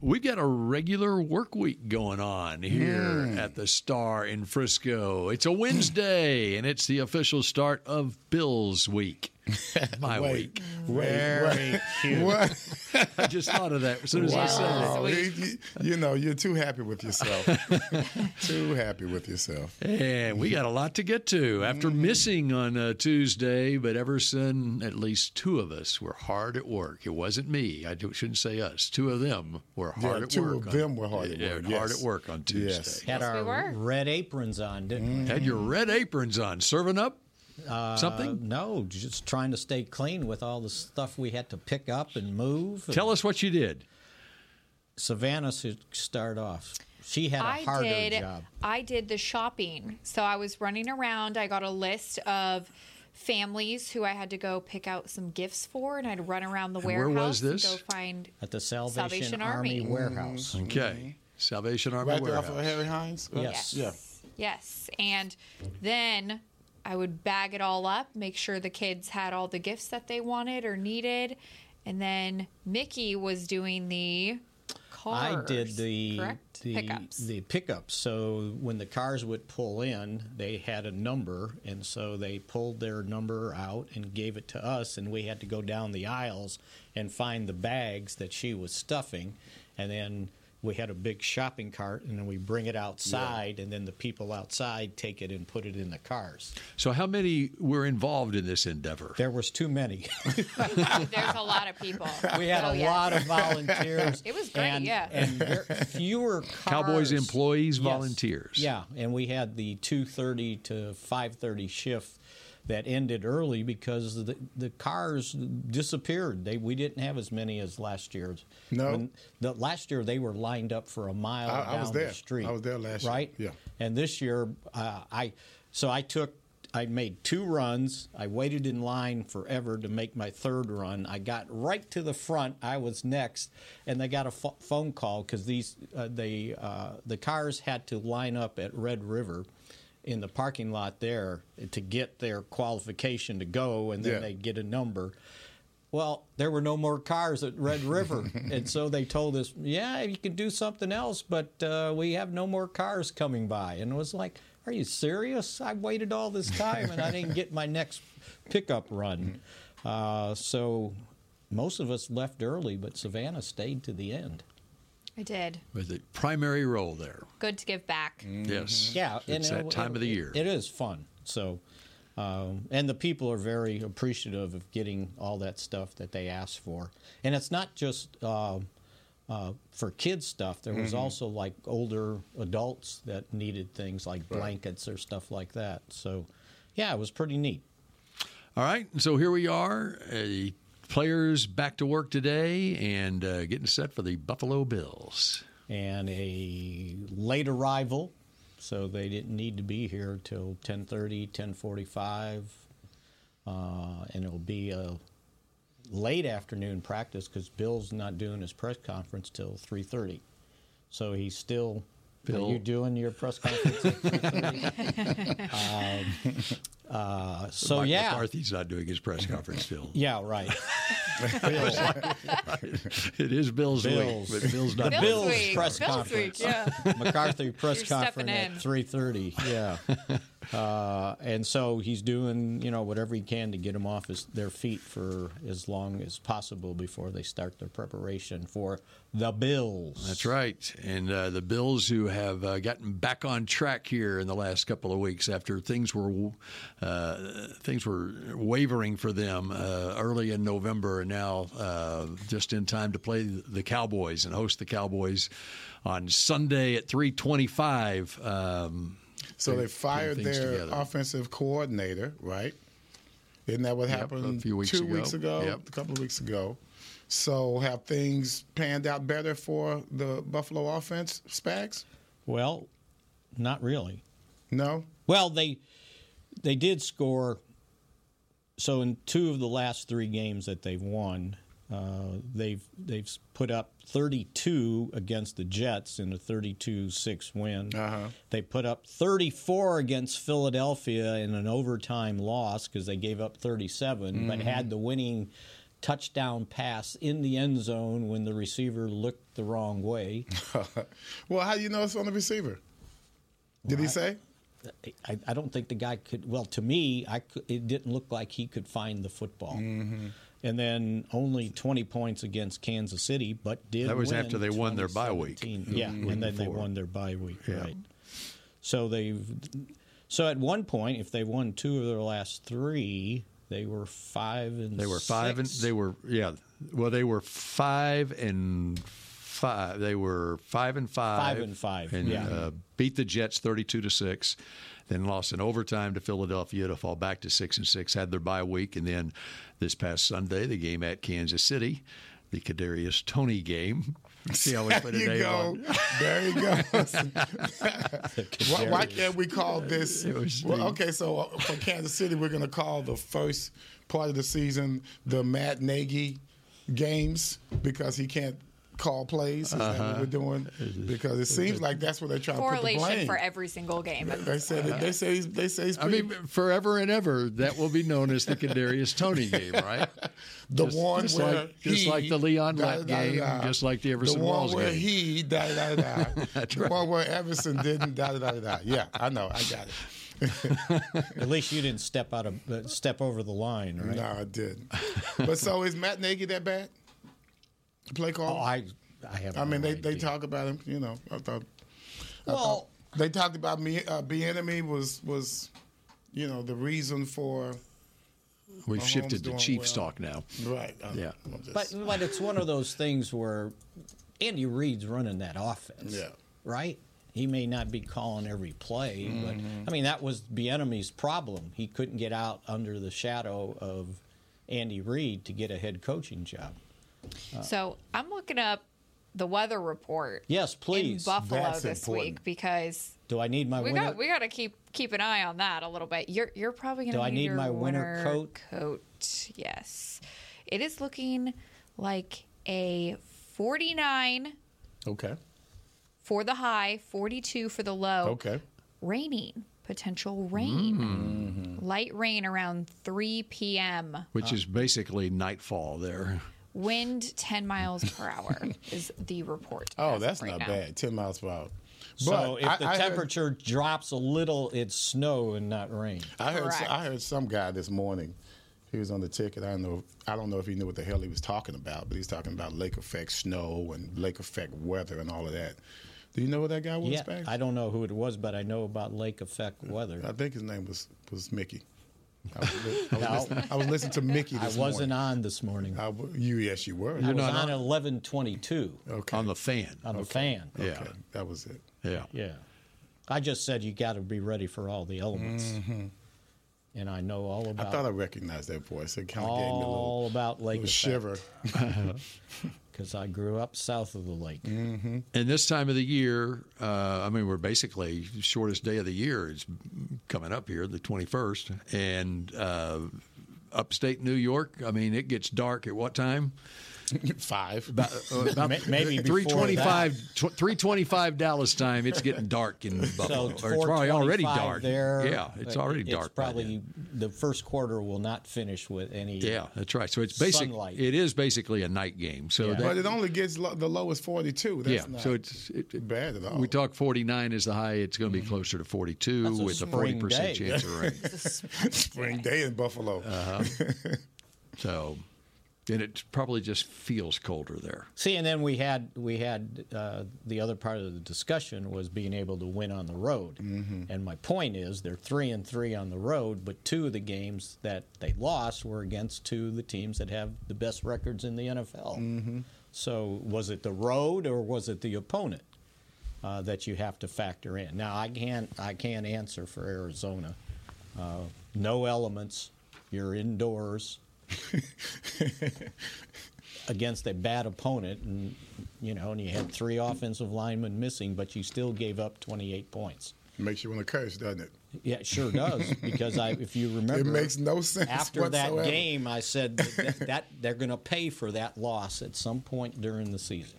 We've got a regular work week going on here at the Star in Frisco. It's a Wednesday, and it's the official start of Bills Week. My week. Very cute. What? I just thought of that as soon as I said it. Wow. You, you know, you're too happy with yourself. too happy with yourself. And we got a lot to get to after Mm. missing on uh, Tuesday, but Everson, at least two of us were hard at work. It wasn't me. I do- shouldn't say us. Two of them were hard Yeah, at two work. of on- them were hard at yeah, work, Hard at yes. work on Yes. Tuesday. Had Yes, we our were. red aprons on, didn't Mm-hmm. Had your red aprons on, serving up we? Uh, something. no, just trying to stay clean with all the stuff we had to pick up and move. Tell us what you did. Savannah should start off. She had a I harder did. job. I did the shopping. So I was running around. I got a list of families who I had to go pick out some gifts for, and I'd run around the where was warehouse this? and go find. At the Salvation, Salvation Army, Army. warehouse. Okay. Salvation Army Right there Warehouse. off of Harry Hines? Yes. Yeah. Yes, and then I would bag it all up, make sure the kids had all the gifts that they wanted or needed, and then Mickey was doing the. Cars, I did the correct the pickups. the pickups. So when the cars would pull in, they had a number, and so they pulled their number out and gave it to us, and we had to go down the aisles and find the bags that she was stuffing, and then we had a big shopping cart, and then we bring it outside, and then the people outside take it and put it in the cars. So, how many were involved in this endeavor? There was too many. There's a lot of people. we had Oh, a yes. lot of volunteers. It was great, and, yeah. And ver- fewer Cowboys cars. employees, Yes. volunteers. Yeah, and we had the 2:30 to 5:30 shift that ended early because the, the cars disappeared. They we didn't have as many as last year's. No. the, last year they were lined up for a mile I- I down was there. the street. I was there last year. right? Yeah. And this year, uh, I so I took. I made two runs. I waited in line forever to make my third run. I got right to the front. I was next, and they got a pho- phone call because these uh, they uh, the cars had to line up at Red River in the parking lot there to get their qualification to go, and then Yeah. they get a number. Well, there were no more cars at Red River, and so they told us, "Yeah, you can do something else, but uh, we have no more cars coming by." And it was like, "Are you serious? I waited all this time, and I didn't get my next pickup run." Uh, so, most of us left early, but Savannah stayed to the end. I did. With the primary role there. Good to give back. Yes. Mm-hmm. Yeah, Mm-hmm. It's and that time of the year. it is fun. So, um, and the people are very appreciative of getting all that stuff that they asked for, and it's not just uh, uh, for kids stuff. There Mm-hmm. was also like older adults that needed things like blankets or stuff like that. So, yeah, it was pretty neat. All right, so here we are. Uh, players back to work today and uh, getting set for the Buffalo Bills. And a late arrival, so they didn't need to be here till 10:30, 10:45, uh, and it'll be a late afternoon practice because Bill's not doing his press conference till 3:30. So he's still. Bill. Are you doing your press conference? at 3:30? um, uh, so Mike yeah, McCarthy's not doing his press conference still. yeah, right. Bill, It is Bills, Bills. week, but Bills not. The doing Bills his week. press Bills conference. week, yeah. McCarthy press You're stepping conference in. at three thirty. Yeah, uh, and so he's doing you know whatever he can to get them off his, their feet for as long as possible before they start their preparation for the Bills. That's right. And uh, the Bills, who have uh, gotten back on track here in the last couple of weeks after things were uh, things were wavering for them uh, early in November, and now uh, just in time to play the Cowboys and host the Cowboys on Sunday at three twenty-five. Um, So they fired things their together. offensive coordinator, right? Isn't that what happened few weeks two ago. weeks ago? Yep. A couple of weeks ago. So have things panned out better for the Buffalo offense, Spags? Well, not really. No. Well, they they did score. So in two of the last three games that they've won, uh, they've they've put up 32 against the Jets in a 32-6 win. Uh-huh. They put up 34 against Philadelphia in an overtime loss because they gave up 37, but had the winning touchdown pass in the end zone when the receiver looked the wrong way. Well, how do you know it's on the receiver? Did he say? I, I don't think the guy could. Well, to me, I cou- it didn't look like he could find the football. Mm-hmm. And then only 20 points against Kansas City, but did That was win after they won their bye week. Mm-hmm. 2017. Yeah, and then they before. won their bye week. Yeah. Right. So they've. So at one point, if they won two of their last three, they were five and They were five six. and they were yeah. Well, they were five and five. They were five and five. Five and five, And yeah. uh, beat the Jets thirty-two to six. Then lost in overtime to Philadelphia to fall back to six and six. Had their bye week, and then this past Sunday, the game at Kansas City, the Kadarius Tony game. See how we put There a you name go. on. There you go. why, why can't we call this? was Well, okay, so uh, for Kansas City, we're going to call the first part of the season the Matt Nagy games because he can't call plays. Is that Uh-huh. what we're doing? Because it seems like that's where they're trying to put the Correlation blame. for every single game. they said that- they say he's, they say he's Uh-huh. I pretty, mean, forever and ever, that will be known as the Kadarius Tony game, right? the one just where like- just he, like the Leon da, Lett da, da, game, da. just like the Everson one Walls where game. he da da da da. the one where Everson didn't da da da da. Yeah, I know, I got it. At least you didn't step out of uh, step over the line, right? No, I didn't. but so is Matt Nagy that bad? The Play call? Oh, I I have. I mean, no they, they idea. talk about him. You know, I thought Well, they talked about me. Uh, enemy was was, you know, the reason for We've Mahomes shifted to doing Chiefs well. talk now. right. I- Yeah. I'm just- But but it's one of those things where Andy Reid's running that offense. Yeah. Right? He may not be calling every play, Mm-hmm. but I mean that was Bienemy's problem. He couldn't get out under the shadow of Andy Reid to get a head coaching job. So I'm looking up the weather report. Yes, please. In Buffalo That's this important. week because Do I need my we winter? got we got to keep keep an eye on that a little bit. You're you're probably going Do to I need your my winter coat? Coat. Yes. It is looking like a 49 okay, for the high, 42 for the low. okay. Raining, potential rain. Mm-hmm. Light rain around 3 p.m. Which is basically nightfall there. Wind 10 miles per hour is the report. as Oh, of that's right not now. bad. Ten miles per hour. But so if I- the I heard- temperature drops a little, it's snow and not rain. I heard Correct. I heard some guy this morning. He was on the ticket. I don't know. I don't know if he knew what the hell he was talking about, but he's talking about lake effect snow and lake effect weather and all of that. Do you know what that guy was? Yeah, Spags? I don't know who it was, but I know about lake effect weather. I think his name was was Mickey. I was, li- I was, No. listening, I was listening to Mickey. I This wasn't Morning. on this morning. I I w- you yes, you were. was on at 11:22 okay. On the fan. on the fan. yeah. okay. That was it. Yeah. Yeah. I just said you got to be ready for all the elements. Mm-hmm. And I know all I about thought I recognized that voice. It kind of gave me a all little, about lake little shiver. because I grew up south of the lake. Mm. And this time of the year, uh, I mean, we're basically shortest day of the year is coming up here, the 21st. And uh, upstate New York, I mean, it gets dark at what time? Five. Uh, about Ma- maybe before 325, tw- 325 Dallas time, it's getting dark in Buffalo. So Or it's probably already 425 dark. There, yeah, it's already dark. It's by then. probably the first quarter will not finish with any. Yeah, that's right. So it's basic. Sunlight. It is basically a night game. So Yeah. that, but it only gets lo- the lowest forty-two. That's yeah. Not So it's it, it- bad Mm-hmm. at all. we talk 49 is the high. It's going to be closer to 42 That's a with a spring 40% day. chance of rain. spring day in Buffalo. Uh-huh. So, and it probably just feels colder there. See, and then we had we had uh, the other part of the discussion was being able to win on the road, and my point is they're three and three on the road, but two of the games that they lost were against two of the teams that have the best records in the NFL. So was it the road or was it the opponent uh, that you have to factor in? Now I can't I can't answer for Arizona. Uh, no elements. You're indoors. against a bad opponent, and you know, and you had three offensive linemen missing, but you still gave up 28 points. Makes you want to curse, doesn't it? Yeah, it sure does. Because I, if you remember, makes no sense After that whatsoever. game, I said that, that they're going to pay for that loss at some point during the season,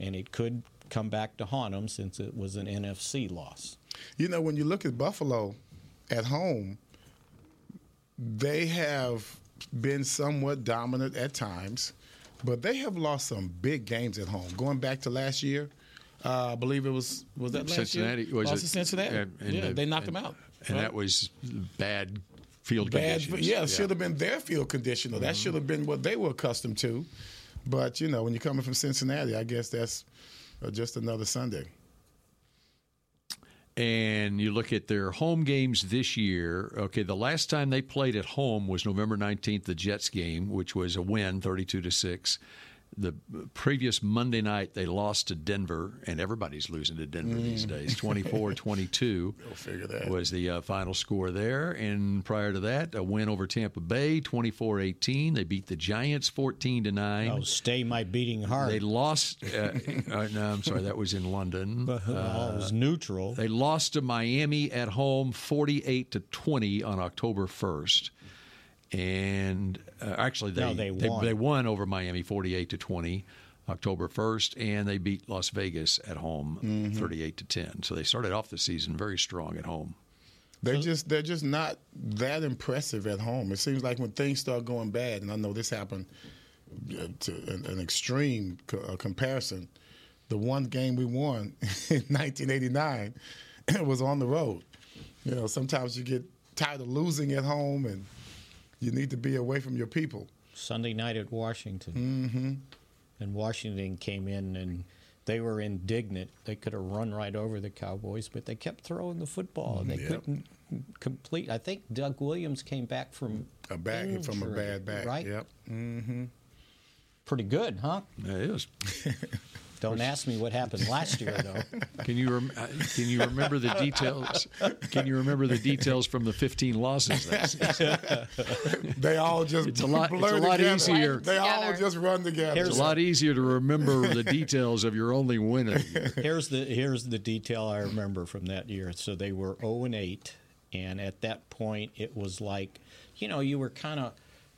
and it could come back to haunt them since it was an NFC loss. You know, when you look at Buffalo at home, they have been somewhat dominant at times, but they have lost some big games at home. Going back to last year, uh, I believe it was was that last Cincinnati year? was lost it? to Cincinnati. and- and yeah, the- they knocked and- them out. and right? that was bad field bad. conditions. Yeah, Mm-hmm. should have been their field conditioner. That should have been what they were accustomed to. But you know, when you're coming from Cincinnati, I guess that's uh, just another Sunday. and you look at their home games this year, okay, the last time they played at home was November 19th, the Jets game, which was a win 32 to 6. The previous Monday night, they lost to Denver, and everybody's losing to Denver these days 24 22 Mm. figure that. was the uh, final score there. And prior to that, a win over Tampa Bay 24 18. They beat the Giants 14 to 9. Oh, stay my beating heart. They lost. Uh, uh, no, I'm sorry. That was in London. Well, oh, it was neutral. uh, They lost to Miami at home, forty-eight to twenty, on October first. And uh, actually, they, No, they won. they won over Miami, forty-eight to twenty, October first, and they beat Las Vegas at home, Mm-hmm. thirty-eight to ten. So they started off the season very strong at home. They just they're just not that impressive at home. It seems like when things start going bad, and I know this happened uh, to an, an extreme co- uh, comparison. The one game we won in 1989 was on the road. You know, sometimes you get tired of losing at home, and you need to be away from your people. Sunday night at Washington. Mm-hmm. And Washington came in and they were indignant. They could have run right over the Cowboys, but they kept throwing the football. They Yep. couldn't complete. I think Doug Williams came back from A bad from a injury, bad back. Right? Yep. Pretty good, huh? It is. Don't ask me what happened last year, though. Can you rem- uh, can you remember the details? Can you remember the details from the fifteen losses? That season? They all just It's a lot- blur it's a lot together. easier. They all Together. just run together. It's a lot easier to remember the details of your only win of the year. here's the here's the detail I remember from that year. So they were 0 and 8, and at that point it was like, you know, you were kind of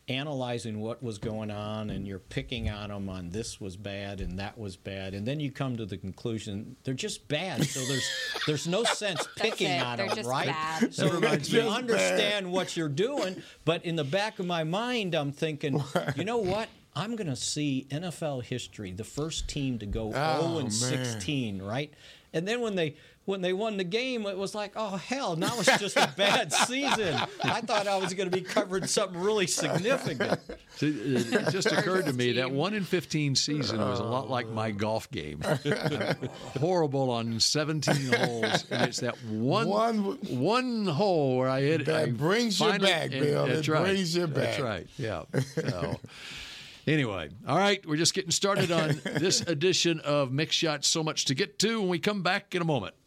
analyzing what was going on, and you're picking on them on this was bad and that was bad, and then you come to the conclusion they're just bad. So there's there's no sense picking it. on They're them, just right? bad. So reminds you me- understand what you're doing, but in the back of my mind, I'm thinking, you know what? I'm going to see NFL history, the first team to go Oh, 0 and man. 16, right? And then when they when they won the game, it was like, oh hell, now it's just a bad season. I thought I was going to be covering something really significant. See, It it just occurred to me that one in fifteen season was a lot like my golf game. I'm horrible on seventeen holes, and it's that one One w- one hole where I hit That I brings you finally- back, and Bill. That's It right. brings you That's back. right. Yeah. So, anyway, all right. We're just getting started on this edition of Mix Shots. So much to get to, and we come back in a moment.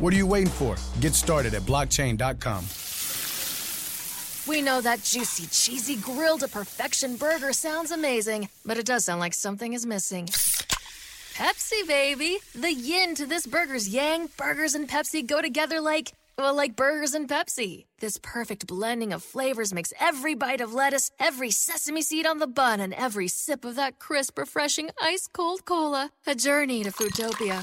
What are you waiting for? Get started at blockchain.com. We know that juicy, cheesy, grilled to perfection burger sounds amazing, but it does sound like something is missing. Pepsi, baby! The yin to this burger's yang. Burgers and Pepsi go together like, well, like burgers and Pepsi. This perfect blending of flavors makes every bite of lettuce, every sesame seed on the bun, and every sip of that crisp, refreshing, ice cold cola a journey to Foodtopia.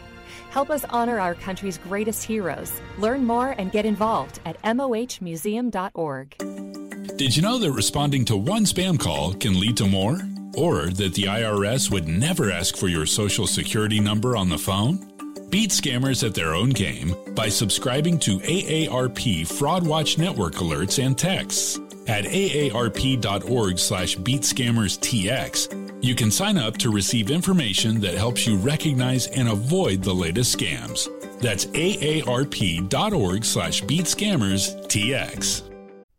Help us honor our country's greatest heroes. Learn more and get involved at mohmuseum.org. Did you know that responding to one spam call can lead to more? Or that the IRS would never ask for your social security number on the phone? Beat scammers at their own game by subscribing to AARP Fraud Watch Network alerts and texts. At aarp.org slash beatscammerstx, you can sign up to receive information that helps you recognize and avoid the latest scams. That's aarp.org slash beatscammerstx.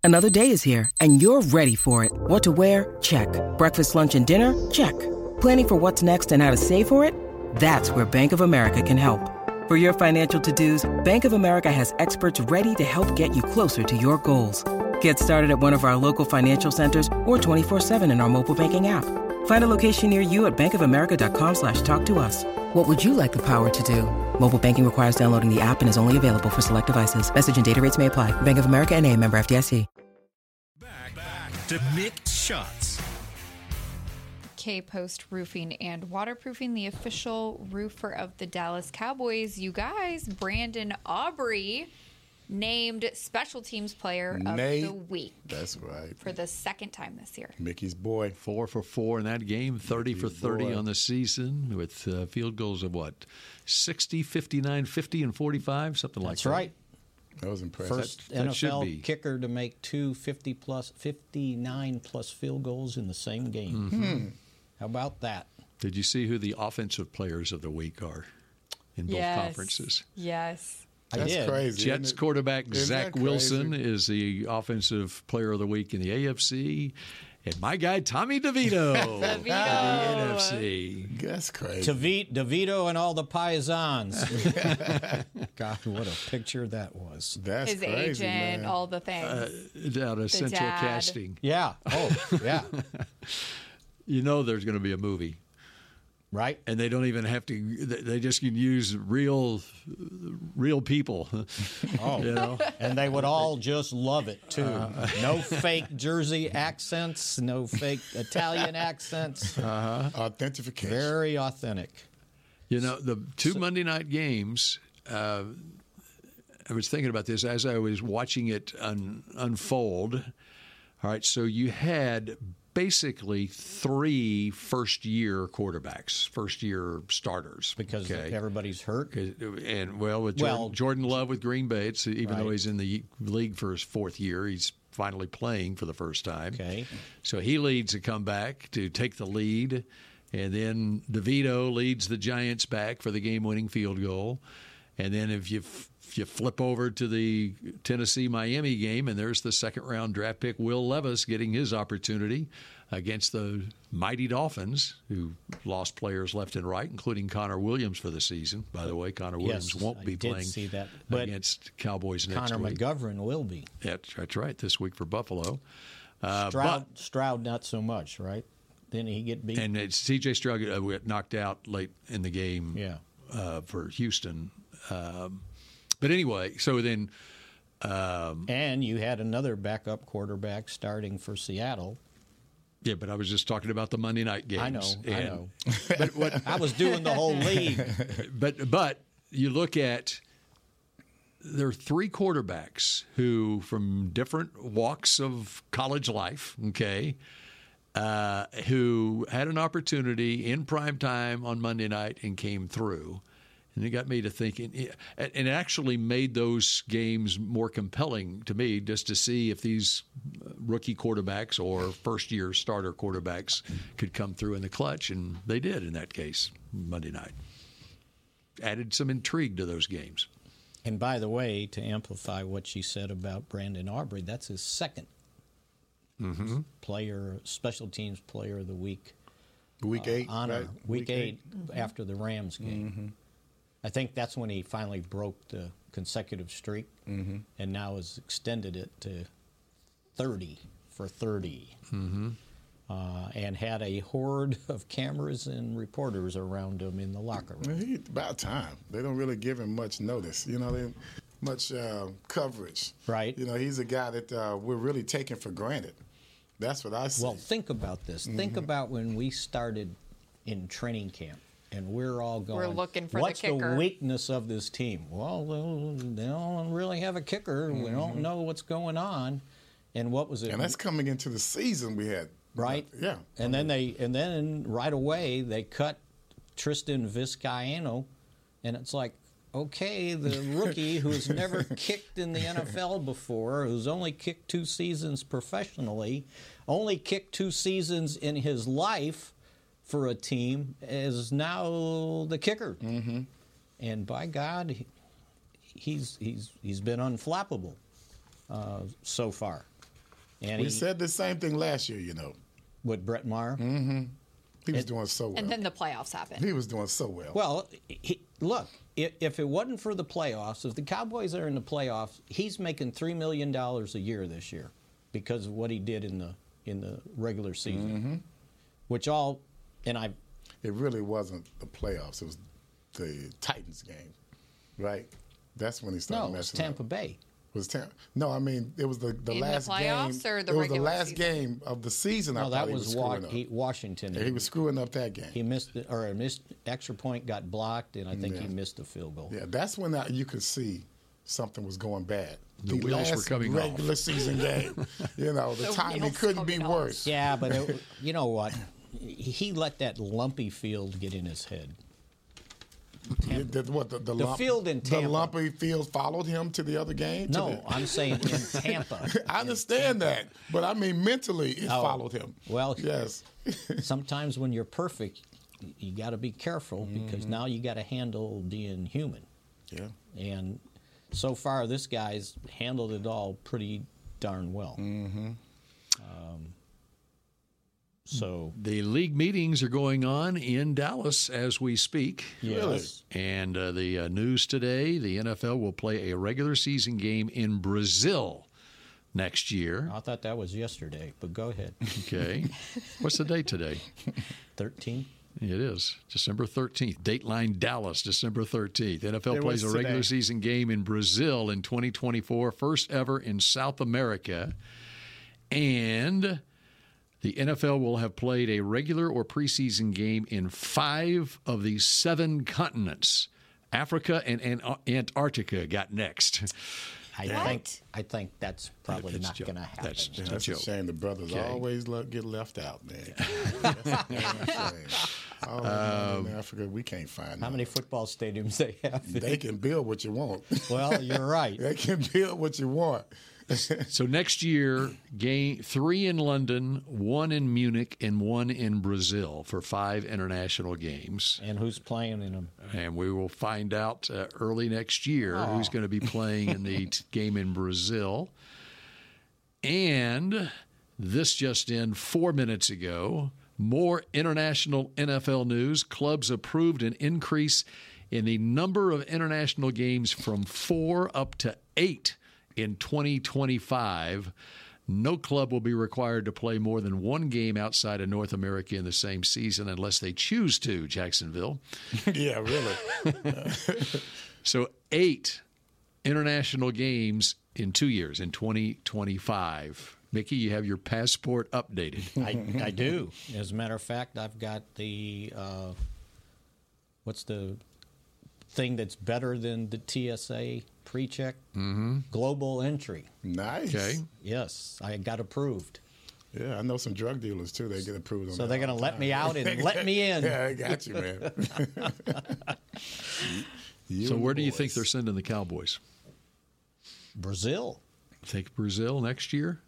Another day is here, and you're ready for it. What to wear? Check. Breakfast, lunch, and dinner? Check. Planning for what's next and how to save for it? That's where Bank of America can help. For your financial to dos, Bank of America has experts ready to help get you closer to your goals. Get started at one of our local financial centers or 24-7 in our mobile banking app. Find a location near you at bankofamerica.com slash talk to us. What would you like the power to do? Mobile banking requires downloading the app and is only available for select devices. Message and data rates may apply. Bank of America and a member FDIC. To mixed shots. K Post Roofing and Waterproofing, the official roofer of the Dallas Cowboys. You guys, Brandon Aubrey named Special Teams Player of Nate. the Week That's right. for the second time this year. Mickey's boy. Four for four in that game, 30 for 30 boy. on the season with uh, field goals of what? 60, 59, 50, and 45, something like That's that. right. That was impressive. First that should be. NFL kicker to make two 50 plus, 59 plus field goals in the same game. Mm-hmm. How about that? Did you see who the offensive players of the week are in both conferences? Yes. I That's did. crazy. Jets isn't it? quarterback Isn't Zach that Wilson crazy? is the offensive player of the week in the AFC, and my guy Tommy DeVito in the NFC. That's crazy. Tavi- DeVito and all the Paisans. God, what a picture that was. That's His crazy, agent, Oh. man. all the things. Uh, Out of Central dad. Casting, Yeah. Oh, yeah. you know there's going to be a movie, Right? and they don't even have to. they- They just can use real, real people. Oh. You know, And they would all just love it too. No fake Jersey accents, no fake Italian accents. Authentication. Very authentic. you know the two Monday night games. Uh, I was thinking about this as I was watching it un- unfold. All right, so you had basically three first year quarterbacks, first year starters. Because okay? everybody's hurt. and well, with Jordan, Well- Jordan Love with Green Bay, it's, even though Right. he's in the league for his fourth year, he's finally playing for the first time. Okay. So he leads a comeback to take the lead, and then DeVito leads the Giants back for the game-winning field goal, and then if you f- if you flip over to the Tennessee Miami game, and there's the second round draft pick Will Levis getting his opportunity against the mighty Dolphins, who lost players left and right, including Connor Williams for the season. By the way, Connor Williams Yes, won't I be did playing see that, but against Cowboys next Connor week. McGovern will be. That's, that's right, this week for Buffalo. Uh, Stroud, Stroud, not so much, right? Then he get beat. And it's CJ Stroud uh, got knocked out late in the game Yeah. uh, for Houston. Um, but anyway, so then And you had another backup quarterback starting for Seattle. yeah, but I was just talking about the Monday night games. I know, I And- know. But what I was doing the whole league. But but you look at there are three quarterbacks who from different walks of college life, okay, uh, who had an opportunity in prime time on Monday night and came through. And it got me to thinking, and and it actually made those games more compelling to me just to see if these uh, rookie quarterbacks or first year starter quarterbacks could come through in the clutch. And they did in that case, Monday night. Added some intrigue to those games. And by the way, to amplify what she said about Brandon Aubrey, that's his 2nd Mm-hmm. player, special teams player of the week Week Mm-hmm. eight. uh, honor, right? week, 8 after the Rams game. I think that's when he finally broke the consecutive streak, Mm-hmm. and now has extended it to 30 for 30. Mm-hmm. Uh, and had a horde of cameras and reporters around him in the locker room. Well, he- about time. They don't really give him much notice. You know, they, much uh, coverage. Right. You know, he's a guy that uh, we're really taking for granted. That's what I see. Mm-hmm. Well, think about this. Think about when we started in training camp. and we're all going. We're looking for the What's kicker." weakness of this team? Well, they don't really have a kicker. We Mhm. don't know what's going on. And what was it? And that's coming into the season we had. right? Yeah. And then they and then right away they cut Tristan Vizcaino, and it's like, okay, the rookie who's never kicked in the NFL before, who's only kicked two seasons professionally, only kicked two seasons in his life for a team, is now the kicker. Mm-hmm. And by God, he- he's he's he's been unflappable uh, so far. And we he- said the same thing last year, you know. With Brett Maher? Mm-hmm. He was doing so well. And then the playoffs happened. he was doing so well. Well, he, look, if, if it wasn't for the playoffs, if the Cowboys are in the playoffs, he's making three million dollars a year this year because of what he did in the in the regular season, Mm-hmm. which all and I. It really wasn't the playoffs. It was the Titans game, right? That's when he started No, it was oh, messing Tampa up. Bay. Was Tampa? No, I mean it was the, the In the last playoffs game. or the it was the regular last season? game of the season. I No, that thought he was screwing Wa- up. he- Washington. Yeah, he was screwing up that game. He missed the, or a missed extra point got blocked, and I think Yeah. he missed a field goal. Yeah, that's when I, you could see something was going bad. The wheels were last coming off. regular season game. You know, the, The timing wheels couldn't be worse. Yeah, but it, you know what? He let that lumpy field get in his head. The, what, the, the The lump- field in The Tampa. lumpy field followed him to the other game? to No, the- I'm saying in Tampa. I understand that, but I mean mentally, it Oh. followed him. Well, yes. sometimes when you're perfect, y- you got to be careful because now you got to handle being human. Yeah. And so far, this guy's handled it all pretty darn well. Mm-hmm. Um, so The league meetings are going on in Dallas as we speak. Yes. And uh, the uh, news today the NFL will play a regular season game in Brazil next year. I thought that was yesterday, but go ahead. Okay. What's the date today? 13. It is December 13th. Dateline Dallas, December 13th. NFL It plays a was regular today. season game in Brazil in 2024, first ever in South America. And the NFL will have played a regular or preseason game in five of the seven continents. Africa and An- Antarctica got next. I Yeah. think I think that's probably not going to happen. That's Yeah, just that's a a joke. shame. The brothers Okay. always lo- get left out, man. That's a damn shame. All around in Africa, we can't find Um, How them. many football stadiums they have? They can build what you want. Well, you're right. they can build what you want. so next year, game three in London, one in Munich, and one in Brazil for five international games. And who's playing in them? And we will find out uh, early next year who's going to be playing in the t- game in Brazil. And this just in four minutes ago more international NFL news. Clubs approved an increase in the number of international games from four up to eight in 2025. No club will be required to play more than one game outside of North America in the same season unless they choose to, Jacksonville. yeah, really. So eight international games in two years in 2025. Mickey, you have your passport updated. I, I do. As a matter of fact, I've got the uh, what's the thing that's better than the TSA pre-check Mm-hmm. global entry. Nice. Okay. Yes, I got approved. Yeah, I know some drug dealers too. They get approved on So that they're gonna all the let time. me out and let me in. yeah, I got you, man. so where do you think they're sending the Cowboys? Brazil. Think Brazil next year?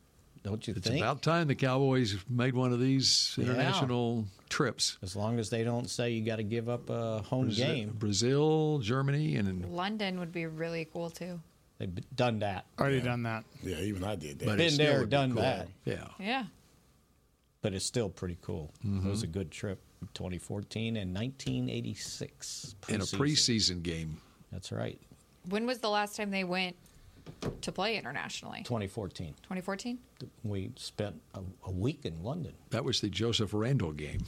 Don't you It's think? about time the Cowboys made one of these Yeah. international trips. As long as they don't say you got to give up a home Brazil, game, Brazil, Germany, and London would be really cool too. they've done that. Already done that. Yeah, even I did that. Been there, done that. Yeah. Yeah. But it's still pretty cool. Mhm. It was a good trip, 2014 and 1986. in a preseason game. That's right, When was the last time they went to play internationally? 2014. 2014? we spent a, a week in London. That was the Joseph Randall game.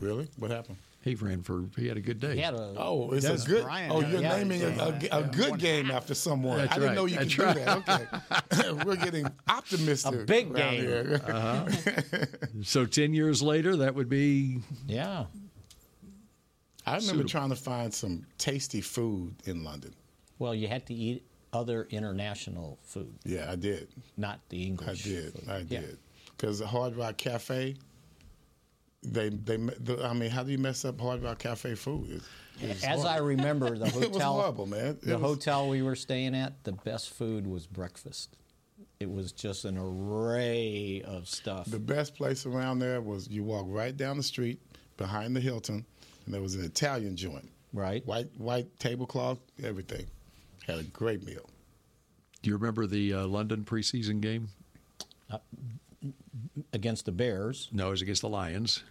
Really? What happened? He ran for. He had a good day. He had a- Oh, it's a good. oh, you're naming a, a, a good game after someone. That's I didn't right, know you that's could right. do that. Okay, we're getting optimistic. A big around game. here. Uh-huh. so ten years later, that would be Yeah. I remember suitable. trying to find some tasty food in London. Well, you had to eat other international food. Yeah, I did. Not the English. I did. food. I Yeah. did. Because the Hard Rock Cafe, they they the, I mean, how do you mess up Hard Rock Cafe food? It- it was As I horrible. remember, the hotel it was horrible, man. It the was- hotel we were staying at, the best food was breakfast. It was just an array of stuff. The best place around there was you walk right down the street behind the Hilton, and there was an Italian joint. Right. White white tablecloth, everything. Had a great meal. Do you remember the uh, London preseason game? against the Bears. No, it was against the Lions.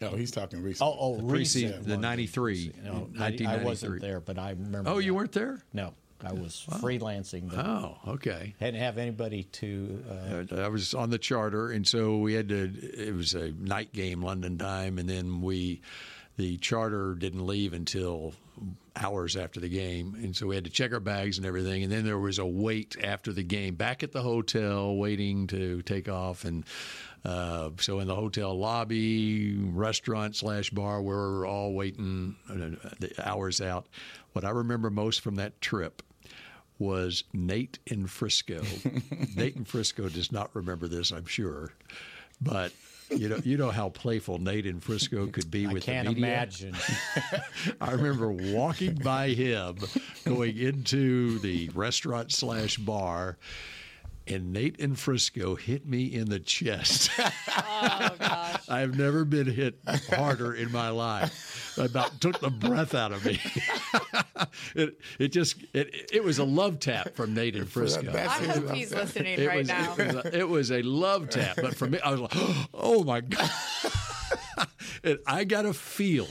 No, he's talking recent. Oh, oh, The recent preseason, one. the 93. No, I- I 1993. wasn't there, but I remember. Oh, you that. weren't there? No, I was freelancing. then. Oh, okay. Hadn't have anybody to. Uh, Uh, I was on the charter, and so we had to. It was a night game, London time, and then we, the charter didn't leave until hours after the game, and so we had to check our bags and everything, and then there was a wait after the game back at the hotel waiting to take off, and uh, so in the hotel lobby, restaurant slash bar, we were all waiting uh, the hours out. What I remember most from that trip was Nate in Frisco. Nate in Frisco does not remember this, I'm sure, but you know you know how playful Nate in Frisco could be I with can't the media. imagine. I remember walking by him, going into the restaurant slash bar. And Nate in Frisco hit me in the chest. I've never been hit harder in my life. I about took the breath out of me. it it just it, it was a love tap from Nate in Frisco. I hope he's listening right was, now. It was, a, it was a love tap, but for me, I was like, oh my God. and I got a feel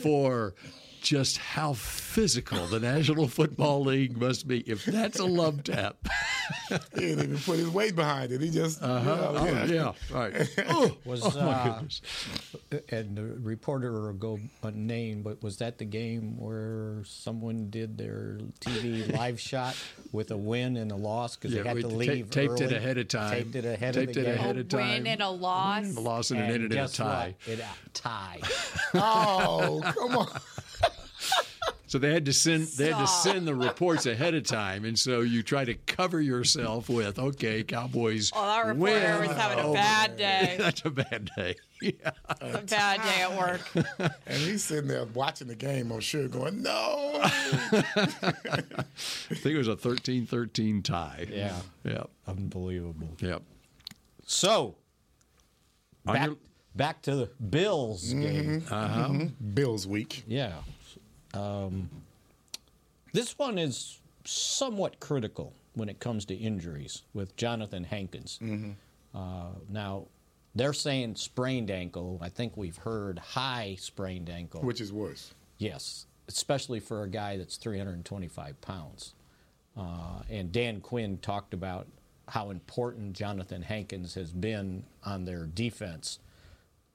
for just how physical the National Football League must be. If that's a love tap. He didn't even put his weight behind it. He just Uh-huh. you know, Oh, yeah. All right. Oh, Was oh, my uh, goodness. and the reporter will go unnamed, but was that the game where someone did their TV live shot with a win and a loss because Yeah, they had we to ta- leave? taped it early? ahead of time. Taped it ahead Taped of it the game. ahead of a win time. Mm, and a loss. A loss and, it ended in a guess what? tie. It uh, tie. Uh-huh. Oh, come on. So they had to send they had to Stop. send the reports ahead of time, and so you try to cover yourself with okay, Cowboys. Well, our Oh, reporter win. was having a over- bad day. That's a bad day. Yeah. It's a bad day at work. And he's sitting there watching the game, I'm sure, going, no. I think it was a 13-13 tie. Yeah. Yep. Unbelievable. Yep. So On back your- Mm-hmm. Uh-huh. back to the Bills game. Bills week. Yeah. Um, this one is somewhat critical when it comes to injuries with Jonathan Hankins. Uh, now, they're saying sprained ankle. I think we've heard high sprained ankle. Which is worse. Yes, especially for a guy that's 325 pounds. Uh, and Dan Quinn talked about how important Jonathan Hankins has been on their defense,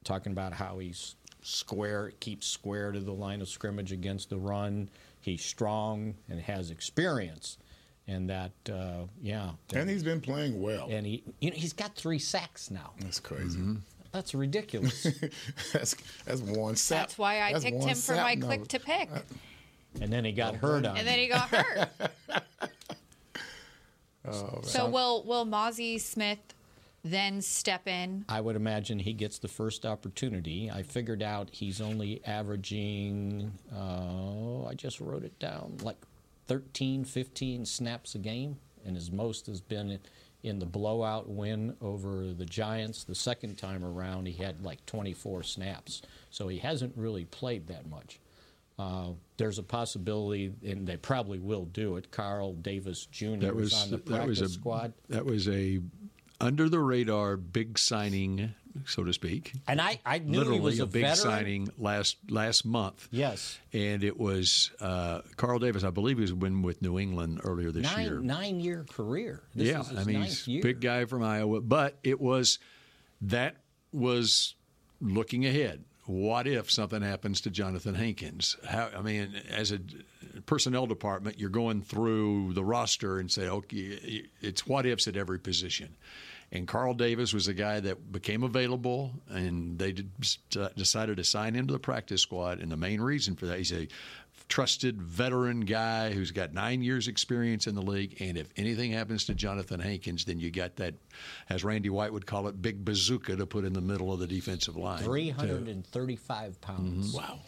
talking about how he's square, keeps square to the line of scrimmage against the run. He's strong and has experience. And that, uh, yeah. And he's been playing well. and he, you know, he's got three sacks now. That's crazy. Mm-hmm. That's ridiculous. that's, that's one sap. That's why I That's picked one him for sap Uh, my number. click to pick. and then he got hurt on. And then he got hurt. Oh, so will will Mozzie Smith then step in? I would imagine he gets the first opportunity. I figured out he's only averaging, uh, I just wrote it down, like 13, 15 snaps a game. And his most has been in the blowout win over the Giants. The second time around, he had like 24 snaps. So he hasn't really played that much. Uh, there's a possibility, and they probably will do it. Carl Davis Jr. That was, was on the that practice was a squad. that was a under the radar big signing, so to speak. And I, I knew Literally he was a, a, big veteran. signing last last month. Yes. and it was uh, Carl Davis. I believe he was been with New England earlier this nine year. nine year career. This yeah, is his I mean, ninth he's year. big guy from Iowa, but it was that was looking ahead. What if something happens to Jonathan Hankins? How, I mean, as a personnel department, you're going through the roster and say, okay, it's what ifs at every position. And Carl Davis was a guy that became available, and they did, uh, decided to sign him to the practice squad. And the main reason for that, he's a trusted veteran guy who's got nine years experience in the league. And if anything happens to Jonathan Hankins, then you got that, as Randy White would call it, big bazooka to put in the middle of the defensive line. 335 pounds. Mhm. Wow.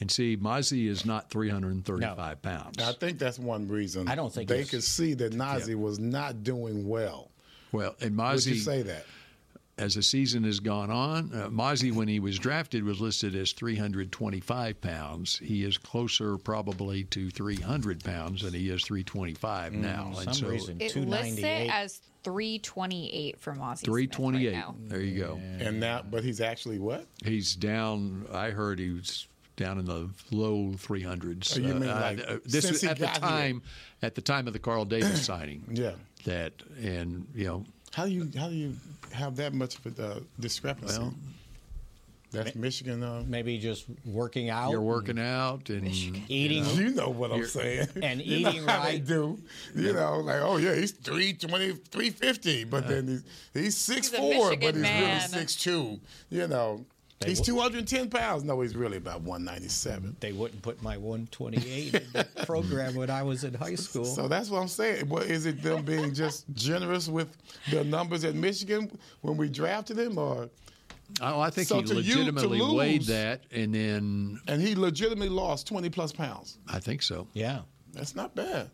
And see, Mozzie is not 335 pounds. I think that's one reason. I don't think they it's- could see that Nazi was not doing well. Well, and Would Mozzie. you say that? as the season has gone on, uh, Mozzie, when he was drafted, was listed as 325 pounds. He is closer probably to 300 pounds than he is 325 now. some reason, It lists it as 328 from Ozzy. 328. Smith right now. there you go. And now, but he's actually what? He's down. I heard he was down in the low 300s. Oh, you mean Uh, like uh, this since was he at the got here? time, at the time of the Carl Davis signing. Yeah. That and you know How do you how do you have that much of a uh, discrepancy? Well- that's Michigan. Uh, Maybe just working out. Oh. you're working out and oh, Eating. You know what I'm You're- saying. and You know eating how they right. do. You know, like, oh, yeah, he's 320, 350, but then he's, he's six He's a four, but Michigan he's really man. six two. You know, They he's wo- 210 pounds. No, he's really about 197. They wouldn't put my 128 in the program when I was in high school. So that's what I'm saying. What is it them being just generous with the numbers at Michigan when we drafted him or Oh, I think So he to you- to legitimately weighed lose- that, and then and he legitimately lost 20 plus pounds. I think so. yeah. That's not bad.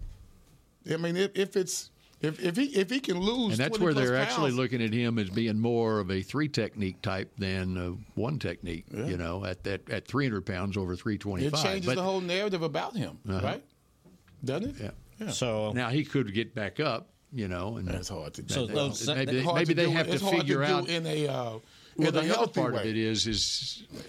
I mean, if, if it's if, if he if he can lose And that's 20 where they're plus actually pounds- looking at him as being more of a three technique type than a one technique. You know, at that at 300 pounds over 325. It changes But the whole narrative about him, Uh-huh. right? Doesn't it? Yeah. So now he could get back up. You know, and Oh. that's hard to So those- maybe they, Hard maybe they do- have to it's hard figure do out. in a uh, well, in a the other healthy part way. of it is is uh,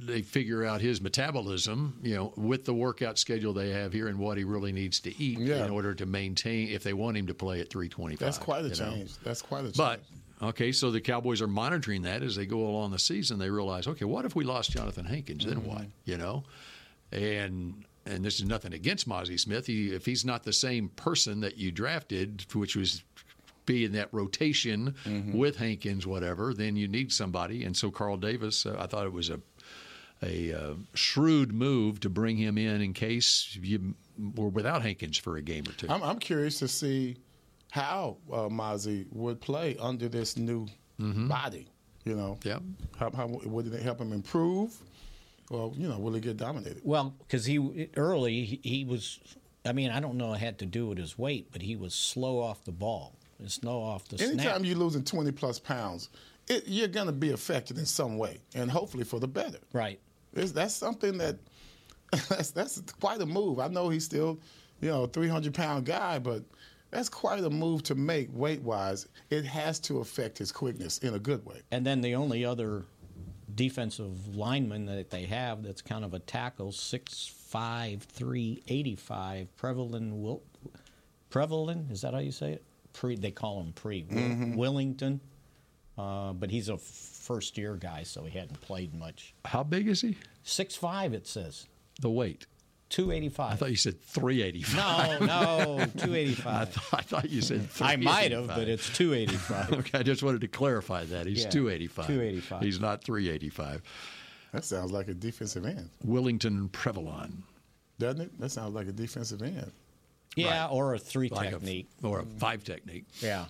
they figure out his metabolism. You know, with the workout schedule they have here and what he really needs to eat in order to maintain if they want him to play at 325. That's quite a you know? change. That's quite a change. But okay, so the Cowboys are monitoring that as they go along the season. They realize, okay, what if we lost Jonathan Hankins? Then what? You know, and and this is nothing against Mozzie Smith. He, if he's not the same person that you drafted, which was be in that rotation with Hankins, whatever, then you need somebody. And so Carl Davis, uh, I thought it was a a uh, shrewd move to bring him in in case you were without Hankins for a game or two. I'm, I'm curious to see how uh, Mozzie would play under this new body. You know, yeah. How, how would it help him improve? Well, you know, will he get dominated? Well, because he early he, he was. I mean, I don't know. It had to do with his weight, but he was slow off the ball. and slow off the Anytime snap. you're losing 20 plus pounds, it, you're going to be affected in some way, and hopefully for the better. Right. It's, that's something that that's, that's quite a move. I know he's still, you know, 300 pound guy, but that's quite a move to make weight wise. It has to affect his quickness in a good way. And then the only other defensive lineman that they have that's kind of a tackle, six five three eighty five, Prevalin Wil- Prevalin, is that how you say it? Pre, they call him Pre Wil- Mhm. Willington, uh, but he's a first year guy, so he hadn't played much. How big is he? Six five, it says. The weight. Two eighty I five. thought you said 385. No, no, two eighty I, five. thought I thought you said 385. I might have, but it's two eighty five. okay, I just wanted to clarify that. He's Yeah, 285. 285. He's not 385. That sounds like a defensive end, Willington Prevalon. doesn't it? That sounds like a defensive end. Yeah, or a three Like a f- technique. Mm-hmm. or a five technique. Yeah.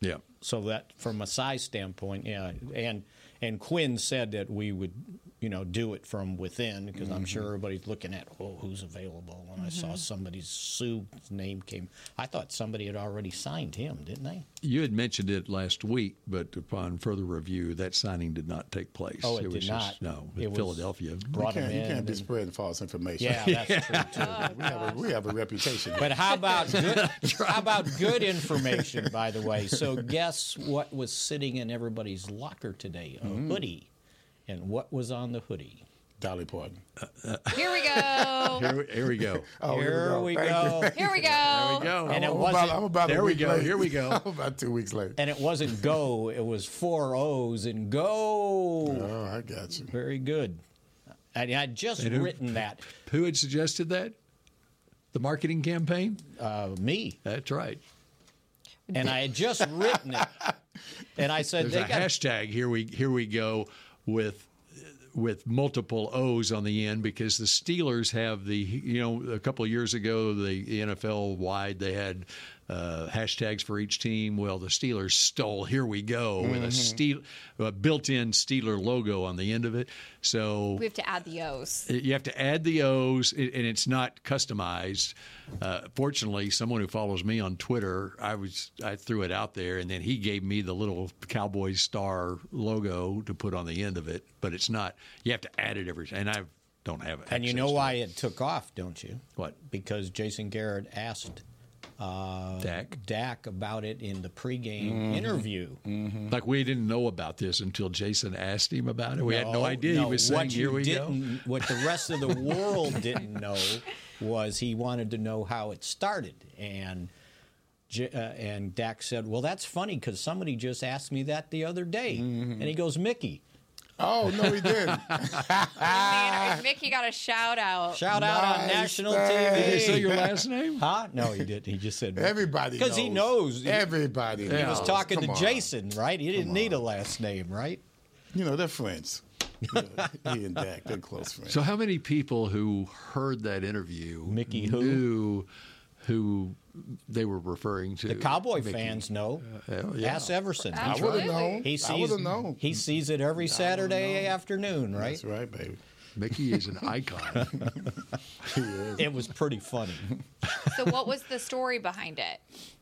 Yeah. So that from a size standpoint, yeah, and and Quinn said that we would, you know, do it from within because I'm Mm-hmm. sure everybody's looking at oh who's available. And I saw Mhm. somebody's Sue's name came. I thought somebody had already signed him, didn't they? You had mentioned it last week, but upon further review, that signing did not take place. Oh, it did was just, not. No, It was Philadelphia. You can't, you can't be spreading false information. Yeah, that's true too. we, have a, we have a reputation. But how about good, how about good information, by the way? So guess what was sitting in everybody's locker today? A Mm-hmm. hoodie, and what was on the hoodie? Dolly Parton. Here we go. Here, we- here we go. Oh, here we go. Thank you. Here we go. go. And it I'm wasn't. about, I'm about a There we week go, late. here we go. I'm about two weeks later. And it wasn't go, it was four O's and go. Oh, I got you. Very good. And I'd just And who- written that. Who had suggested that? The marketing campaign? Uh, me. That's right. and I had just written it. And I said, There's they a got hashtag here we here we go with with multiple O's on the end because the Steelers have the you know a couple of years ago the, the NFL wide they had uh, hashtags for each team. Well, the Steelers stole here we go with Mm-hmm. a Mhm. steel a built-in Steeler logo on the end of it. So We have to add the O's. you have to add the O's, i- and it's not customized. Uh, fortunately, someone who follows me on Twitter, I was I threw it out there, and then he gave me the little Cowboys star logo to put on the end of it. But it's not. You have to add it every. And I don't have it. And you know why it took off, don't you? What? Because Jason Garrett asked uh, Dak. about it in the pregame Mm-hmm. interview. Mm-hmm. Like we didn't know about this until Jason asked him about it. We had no idea he was saying, what you "Here we go." didn't, What the rest of the world didn't know was he wanted to know how it started. And J- uh, and Dak said, "Well, that's funny because somebody just asked me that the other day." And he goes, "Mickey." Oh no, he didn't. Man, Mickey got a shout out. Shout out on national TV. name? Huh? No, he didn't. He just said Everybody because he knows. knows Everybody He knows. was talking Come to on. Jason, right? He didn't need a last name, right? You know they're friends. he and Dak, they're close friends. So, how many people who heard that interview Mickey who? knew who they were referring to? The Cowboy Mickey. fans know. Uh, yeah. Ask Everson. I would've known. He I sees, would've known. He sees it every Saturday afternoon, right? That's right, baby. Mickey is an icon. it was pretty funny. So what was the story behind it?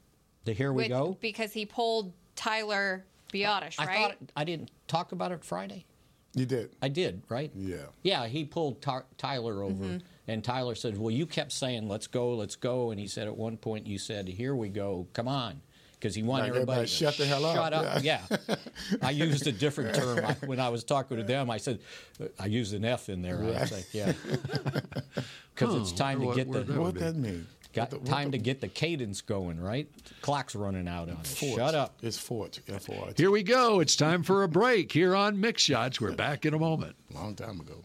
The Here We With- Go. Because he pulled Tyler Biotish, I right? thought I didn't talk about it Friday. You did. I did, right? Yeah. Yeah, he pulled Ty- Tyler over, Mhm. and Tyler said, "Well, you kept saying let's go, let's go," and he said at one point, "You said here we go, come on." Because he wanted Like, everybody, everybody to shut the hell up. Shut up. Yeah. I used a different term I, when I was talking to them. I said, I used an F in there. I was Right. like, yeah. Because it's Huh, time to what- get the. what that would What'd be. that mean? Got What the- what time the- to get the cadence going, right? Clock's running out on it. Fort. Shut up. It's Fort. F O R T. Here we go. It's time for a break here on Mix Shots. We're back in a moment. Long time ago.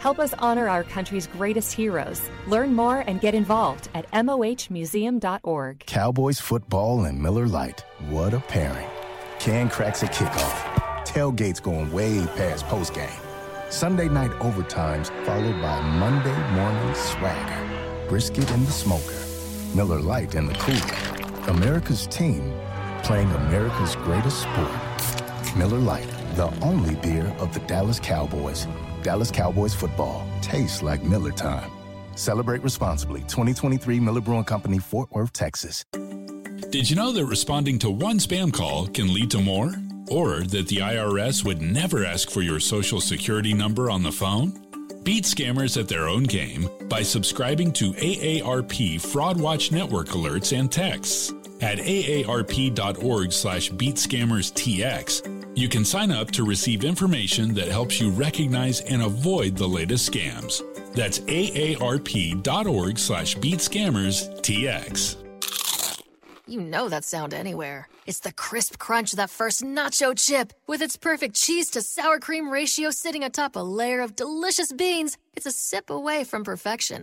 Help us honor our country's greatest heroes. Learn more and get involved at mohmuseum.org. Cowboys football and Miller Lite. What a pairing. Can cracks a kickoff. Tailgates going way past postgame. Sunday night overtimes followed by Monday morning swagger. Brisket in the smoker. Miller Lite in the cooler. America's team playing America's greatest sport. Miller Lite, the only beer of the Dallas Cowboys. Dallas Cowboys football tastes like Miller time. Celebrate responsibly. 2023 Miller Brewing Company, Fort Worth, Texas. Did you know that responding to one spam call can lead to more? Or that the IRS would never ask for your social security number on the phone? Beat scammers at their own game by subscribing to AARP Fraud Watch Network alerts and texts. At aarp.org slash beatscammerstx, you can sign up to receive information that helps you recognize and avoid the latest scams. That's aarp.org slash beatscammerstx. You know that sound anywhere. It's the crisp crunch of that first nacho chip. With its perfect cheese to sour cream ratio sitting atop a layer of delicious beans, it's a sip away from perfection.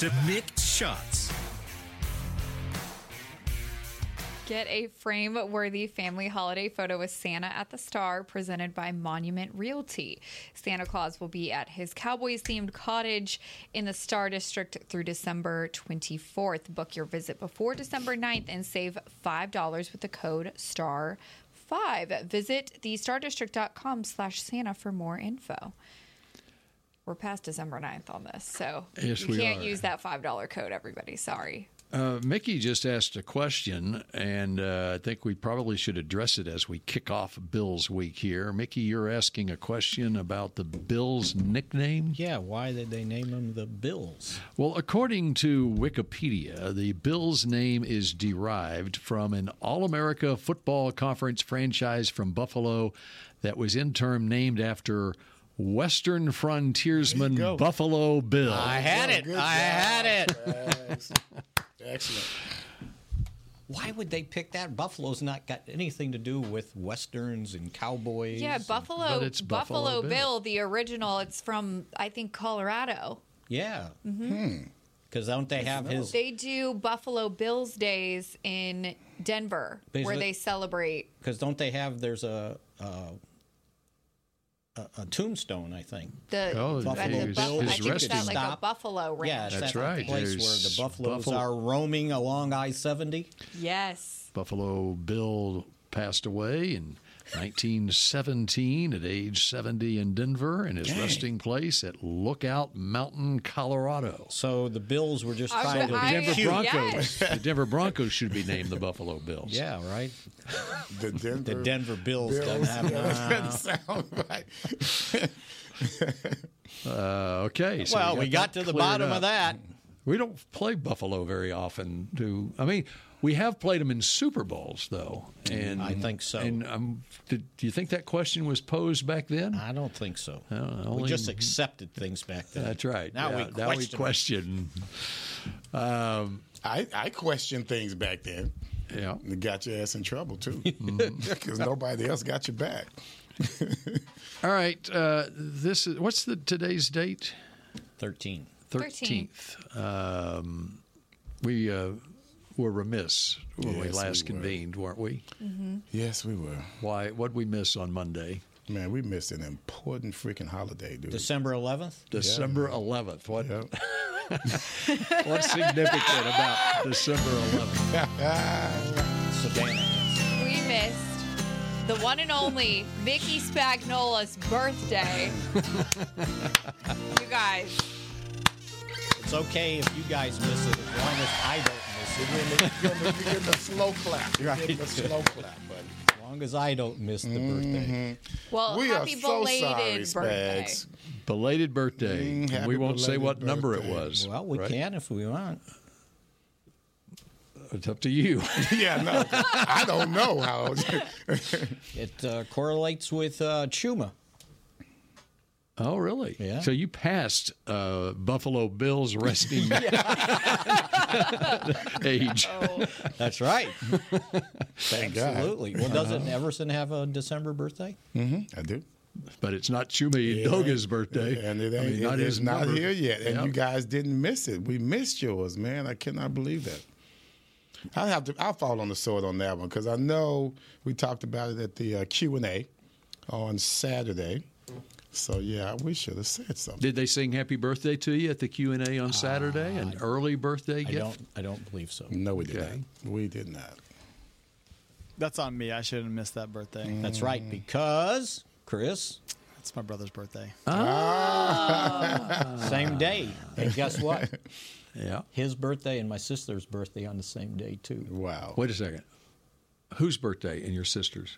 To mix shots. Get a frame worthy family holiday photo with Santa at the Star, presented by Monument Realty. Santa Claus will be at his Cowboys themed cottage in the Star District through December 24th. Book your visit before December 9th and save $5 with the code STAR5. Visit thestardistrict.com slash Santa for more info. We're past December 9th on this, so Yes, you we can't are. use that $5 code, everybody. Sorry. Uh, Mickey just asked a question, and uh, I think we probably should address it as we kick off Bills week here. Mickey, you're asking a question about the Bills nickname. Yeah, why did they name them the Bills? Well, according to Wikipedia, the Bills name is derived from an All America Football Conference franchise from Buffalo that was in turn named after Western frontiersman Buffalo Bill. I had it. I had it. Excellent. Why would they pick that? Buffalo's not got anything to do with westerns and cowboys. Yeah, and- Buffalo, Buffalo, Bill. the original. It's from I think Colorado. Yeah. Mhm. Because don't they have his? They do Buffalo Bills days in Denver, where Basically- they celebrate. Because don't they have? There's a a, a, a tombstone, I think. The, at the buff- I think it's at like a buffalo ranch. Yeah, it's That's that right. Place where the There's buffaloes buffalo- are roaming along I seventy. Yes. Buffalo Bill passed away in 1917 at age 70 in Denver and his Dang. resting place at Lookout Mountain, Colorado. So the Bills were just the I- trying to I- Denver Cute. Broncos. Yes. The Denver Broncos should be named the Buffalo Bills. Yeah, right. The the Denver, Denver Bills, doesn't Bills, have. yeah, no. that sounds right. Uh, okay. so Well, we got that to the cleared bottom of up. that. We don't play Buffalo very often. Do I mean we have played them in Super Bowls though? And Mm, I think so. And um, did, do you think that question was posed back then? I don't think so. I don't know, we only- just accepted things back then. That's right. Now Yeah, we now we question. question. Um, I, I questioned things back then. Yeah. It got your ass in trouble, too. Because nobody else got your back. All right. Uh, this is what's the today's date? Thirteen. Thirteenth. Um, we uh, were remiss when we Yes, last we were. convened, weren't we? Mhm. Yes, we were. Why? What we miss on Monday? Man, we missed an important freaking holiday, dude. December 11th? December eleventh. What? What's significant about December eleventh? Savannah. We missed the one and only Mickey Spagnola's birthday. you guys, It's okay if you guys miss it as long as I don't miss it. You're getting a slow clap. You're getting a slow clap, buddy. As long as I don't miss the Mm-hmm. birthday. well, We are happy so belated sorry, birthday. Spags. Belated birthday. Mm, happy we won't say belated what number it birthday. was. Well, we right? can if we want. It's up to you. yeah, no. I don't know how. It uh, correlates with uh, Chuma. Oh, really? Yeah. So you passed uh, Buffalo Bills resting age. That's right. Thank God. Absolutely. Well, Uh-huh. doesn't Everson have a December birthday? Mm-hmm. I do. But it's not Chumi Doga's birthday. And it ain't, I mean, not, not his not number. here yet. And Yeah. you guys didn't miss it. We missed yours, man. I cannot believe that. I have to. I'll fall on the sword on that one because I know we talked about it at the uh, Q and A on Saturday. So yeah, we should have said something. Did they sing happy birthday to you at the Q&A Ah, on Saturday? An early birthday I gift? don't. I don't believe so. No, we did not. We did not. That's on me. I shouldn't have missed that birthday. That's right. Because Chris, It's Mm. my brother's birthday. Ah. Ah. same day. And guess what? Yeah. His birthday and my sister's birthday on the same day too. Wow. Wait a second. Whose birthday and your sister's?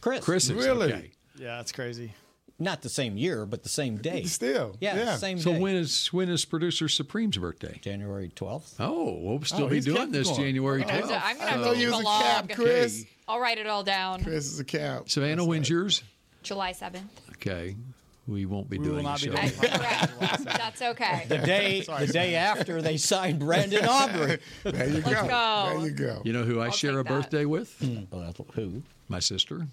Chris. Chris's. okay. Yeah, that's crazy. Not the same year, but the same day. Still. Yeah, same so day. when is when is producer Supreme's birthday? January 12th. Oh, we'll still Oh, be he's doing kept this going. January Oh, I'm 12th. so- I'm gonna I have know to you keep was a a log. cab, Chris. I'll write it all down. Chris is a cow. Savannah, when's yours? July seventh. Okay. We won't be We will doing not the be show. doing That's okay. The day the day after they signed Brandon Aubrey. There you Let's go. go. There you go. You know who I share a take that. birthday with? Hmm. Who? My sister,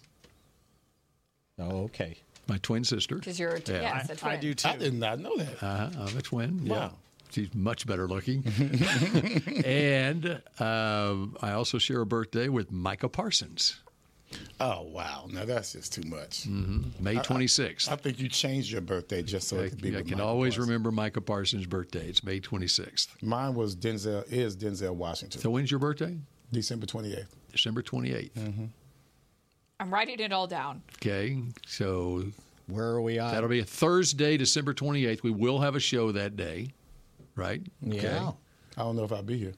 Oh, okay. my twin sister. Because you're a t- Yeah. Uh, yes, a twin. I do too. I did not know that. Uh-huh, I'm a twin. Yeah. Wow. She's much better looking. and um, I also share a birthday with Micah Parsons. Oh wow! Now that's just too much. May I- I- 26th. I, think you changed your birthday just so I, it could be. I with can mine. always remember Micah Parsons' birthday. It's May 26th. Mine was Denzel is Denzel Washington. So when's your birthday? December twenty eighth. December 28th. I'm writing it all down. Okay, so where are we on? That'll be a Thursday, December 28th. We will have a show that day, right? Yeah. I don't know if I'll be here.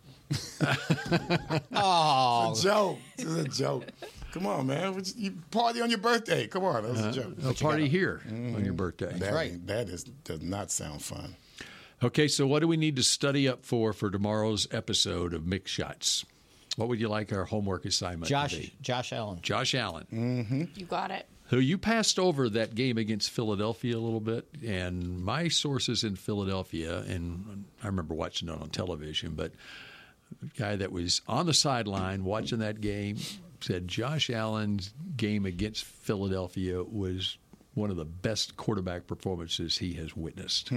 Oh, it's a joke! It's a joke. Come on, man! What You you party on your birthday. Come on, that's Uh, a joke. a party here on your birthday. Mm-hmm. That ain't- That is does not sound fun. Okay, so what do we need to study up for for tomorrow's episode of Mix Shots? What would you like our homework assignment to Josh, be? Josh Allen. Josh Allen, mm-hmm. You got it. who you passed over that game against Philadelphia a little bit, and my sources in Philadelphia, and I remember watching it on television, but a guy that was on the sideline watching that game said Josh Allen's game against Philadelphia was one of the best quarterback performances he has witnessed.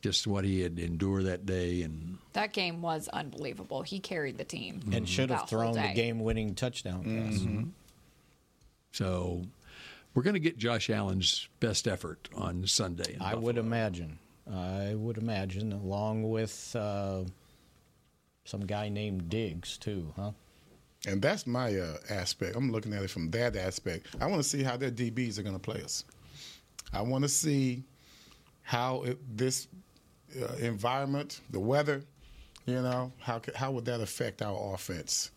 Just what he had endured that day, and That game was unbelievable. He carried the team Mm-hmm. And should that have whole thrown the day. game winning touchdown pass. so we're going to get Josh Allen's best effort on Sunday. in I Buffalo. would imagine. I would imagine, along with uh, some guy named Diggs, too, huh? And that's my uh, aspect. I'm looking at it from that aspect. I want to see how their DBs are going to play us. I want to see how it, this uh, environment, the weather, you know, how c- how would that affect our offense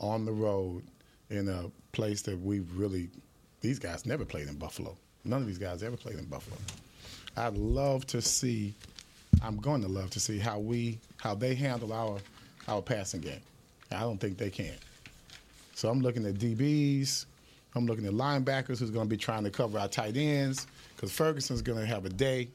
on the road in a place that we really these guys never played in Buffalo. None of these guys ever played in Buffalo. I'd love to see. I'm going to love to see how we how they handle our our passing game. I don't think they can. So I'm looking at DBs. I'm looking at linebackers who's going to be trying to cover our tight ends because Ferguson's going to have a day.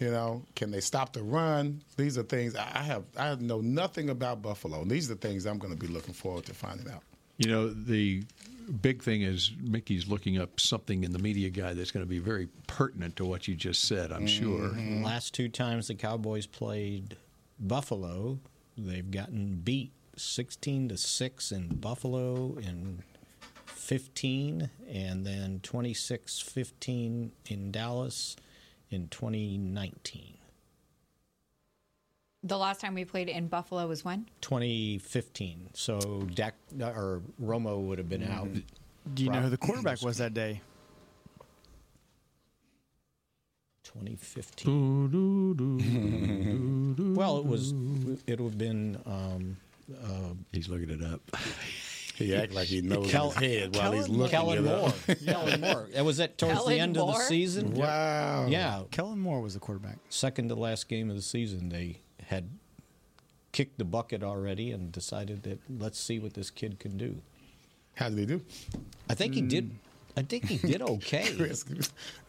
You know, can they stop the run? These are things I I have. I know nothing about Buffalo. And these are things I'm going to be looking forward to finding out. You know, the big thing is Mickey's looking up something in the media guide that's going to be very pertinent to what you just said, I'm sure. Last two times the Cowboys played Buffalo, they've gotten beat 16 to 6 in Buffalo in 15 and then 26-15 in Dallas in 2019. The last time we played in Buffalo was when? 2015. So Dak or Romo would have been out. Mm-hmm. Do you know who the quarterback was that day? 2015. well, it was. It would have been. Um, uh, he's looking it up. He act like he knows in Kel- his head while he's Kellen- looking Kellen it Moore. up. Kellen Moore. That was it towards the Kellen end of the Moore? season. Wow. Yeah. Kellen Moore was the quarterback. Second to last game of the season, they had kicked the bucket already and decided that let's see what this kid can do. How did he do? I think he did. I think he did okay. Chris,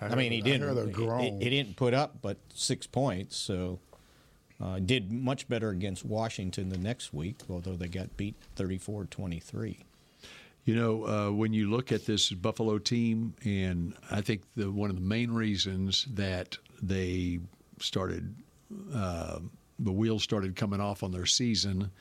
I, heard- mean, he I didn't. heard a he- groan. He, he didn't put up but six points, so uh, did much better against Washington the next week, although they got beat 34-23. You know, uh, when you look at this Buffalo team, and I think the, one of the main reasons that they started, uh, the wheels started coming off on their season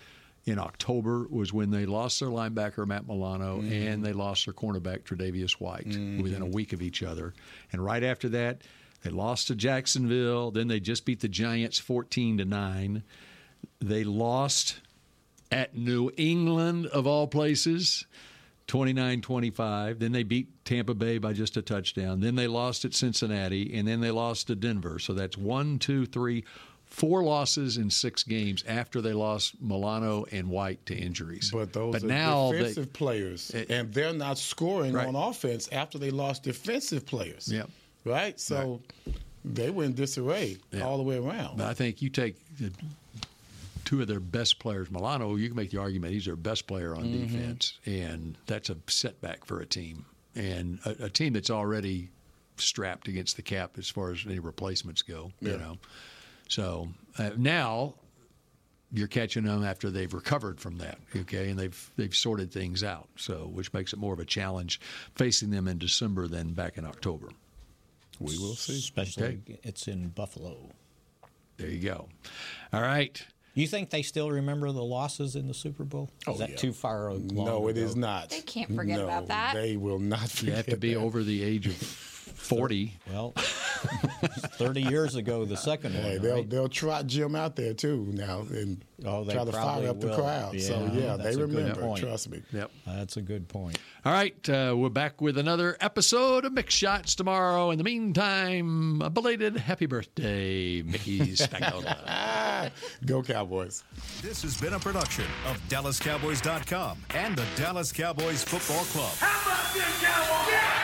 in October was when they lost their linebacker, Matt Milano, and they lost their cornerback, Tredavious White, within a week of each other. And right after that, they lost to Jacksonville. Then they just beat the Giants 14 to 9. They lost at New England, of all places, 29 25. Then they beat Tampa Bay by just a touchdown. Then they lost at Cincinnati, and then they lost to Denver. So that's one, two, three, four losses in six games after they lost Milano and White to injuries. But Those but are now they- defensive players, and they're not scoring Right. on offense after they lost defensive players. Yep. Right. So they were in disarray all the way around. But I think you take the, two of their best players, Milano. You can make the argument he's their best player on Mhm. defense, and that's a setback for a team and a, a team that's already strapped against the cap as far as any replacements go. You Yeah. know, so uh, now you're catching them after they've recovered from that, okay, and they've they've sorted things out. So which makes it more of a challenge facing them in December than back in October. We will see. Especially it's in Buffalo. There you go. All right. You think they still remember the losses in the Super Bowl? Oh, is that yeah. too far? Long No, it ago? is not. They can't forget about that. They will not You have to be over the age of 40. Well, 30 years ago, the second Hey, one. they'll right? they'll trot Jim out there too now and Oh, they try to probably fire up the will. crowd. so Yeah, yeah, that's they a good remember. point. Trust me. Yep. That's a good point. All right. Uh, we're back with another episode of Mix Shots tomorrow. In the meantime, a belated happy birthday, Mickey Spagnola. Ah, Go Cowboys. This has been a production of DallasCowboys.com and the Dallas Cowboys Football Club. How about this, Cowboys? Yeah!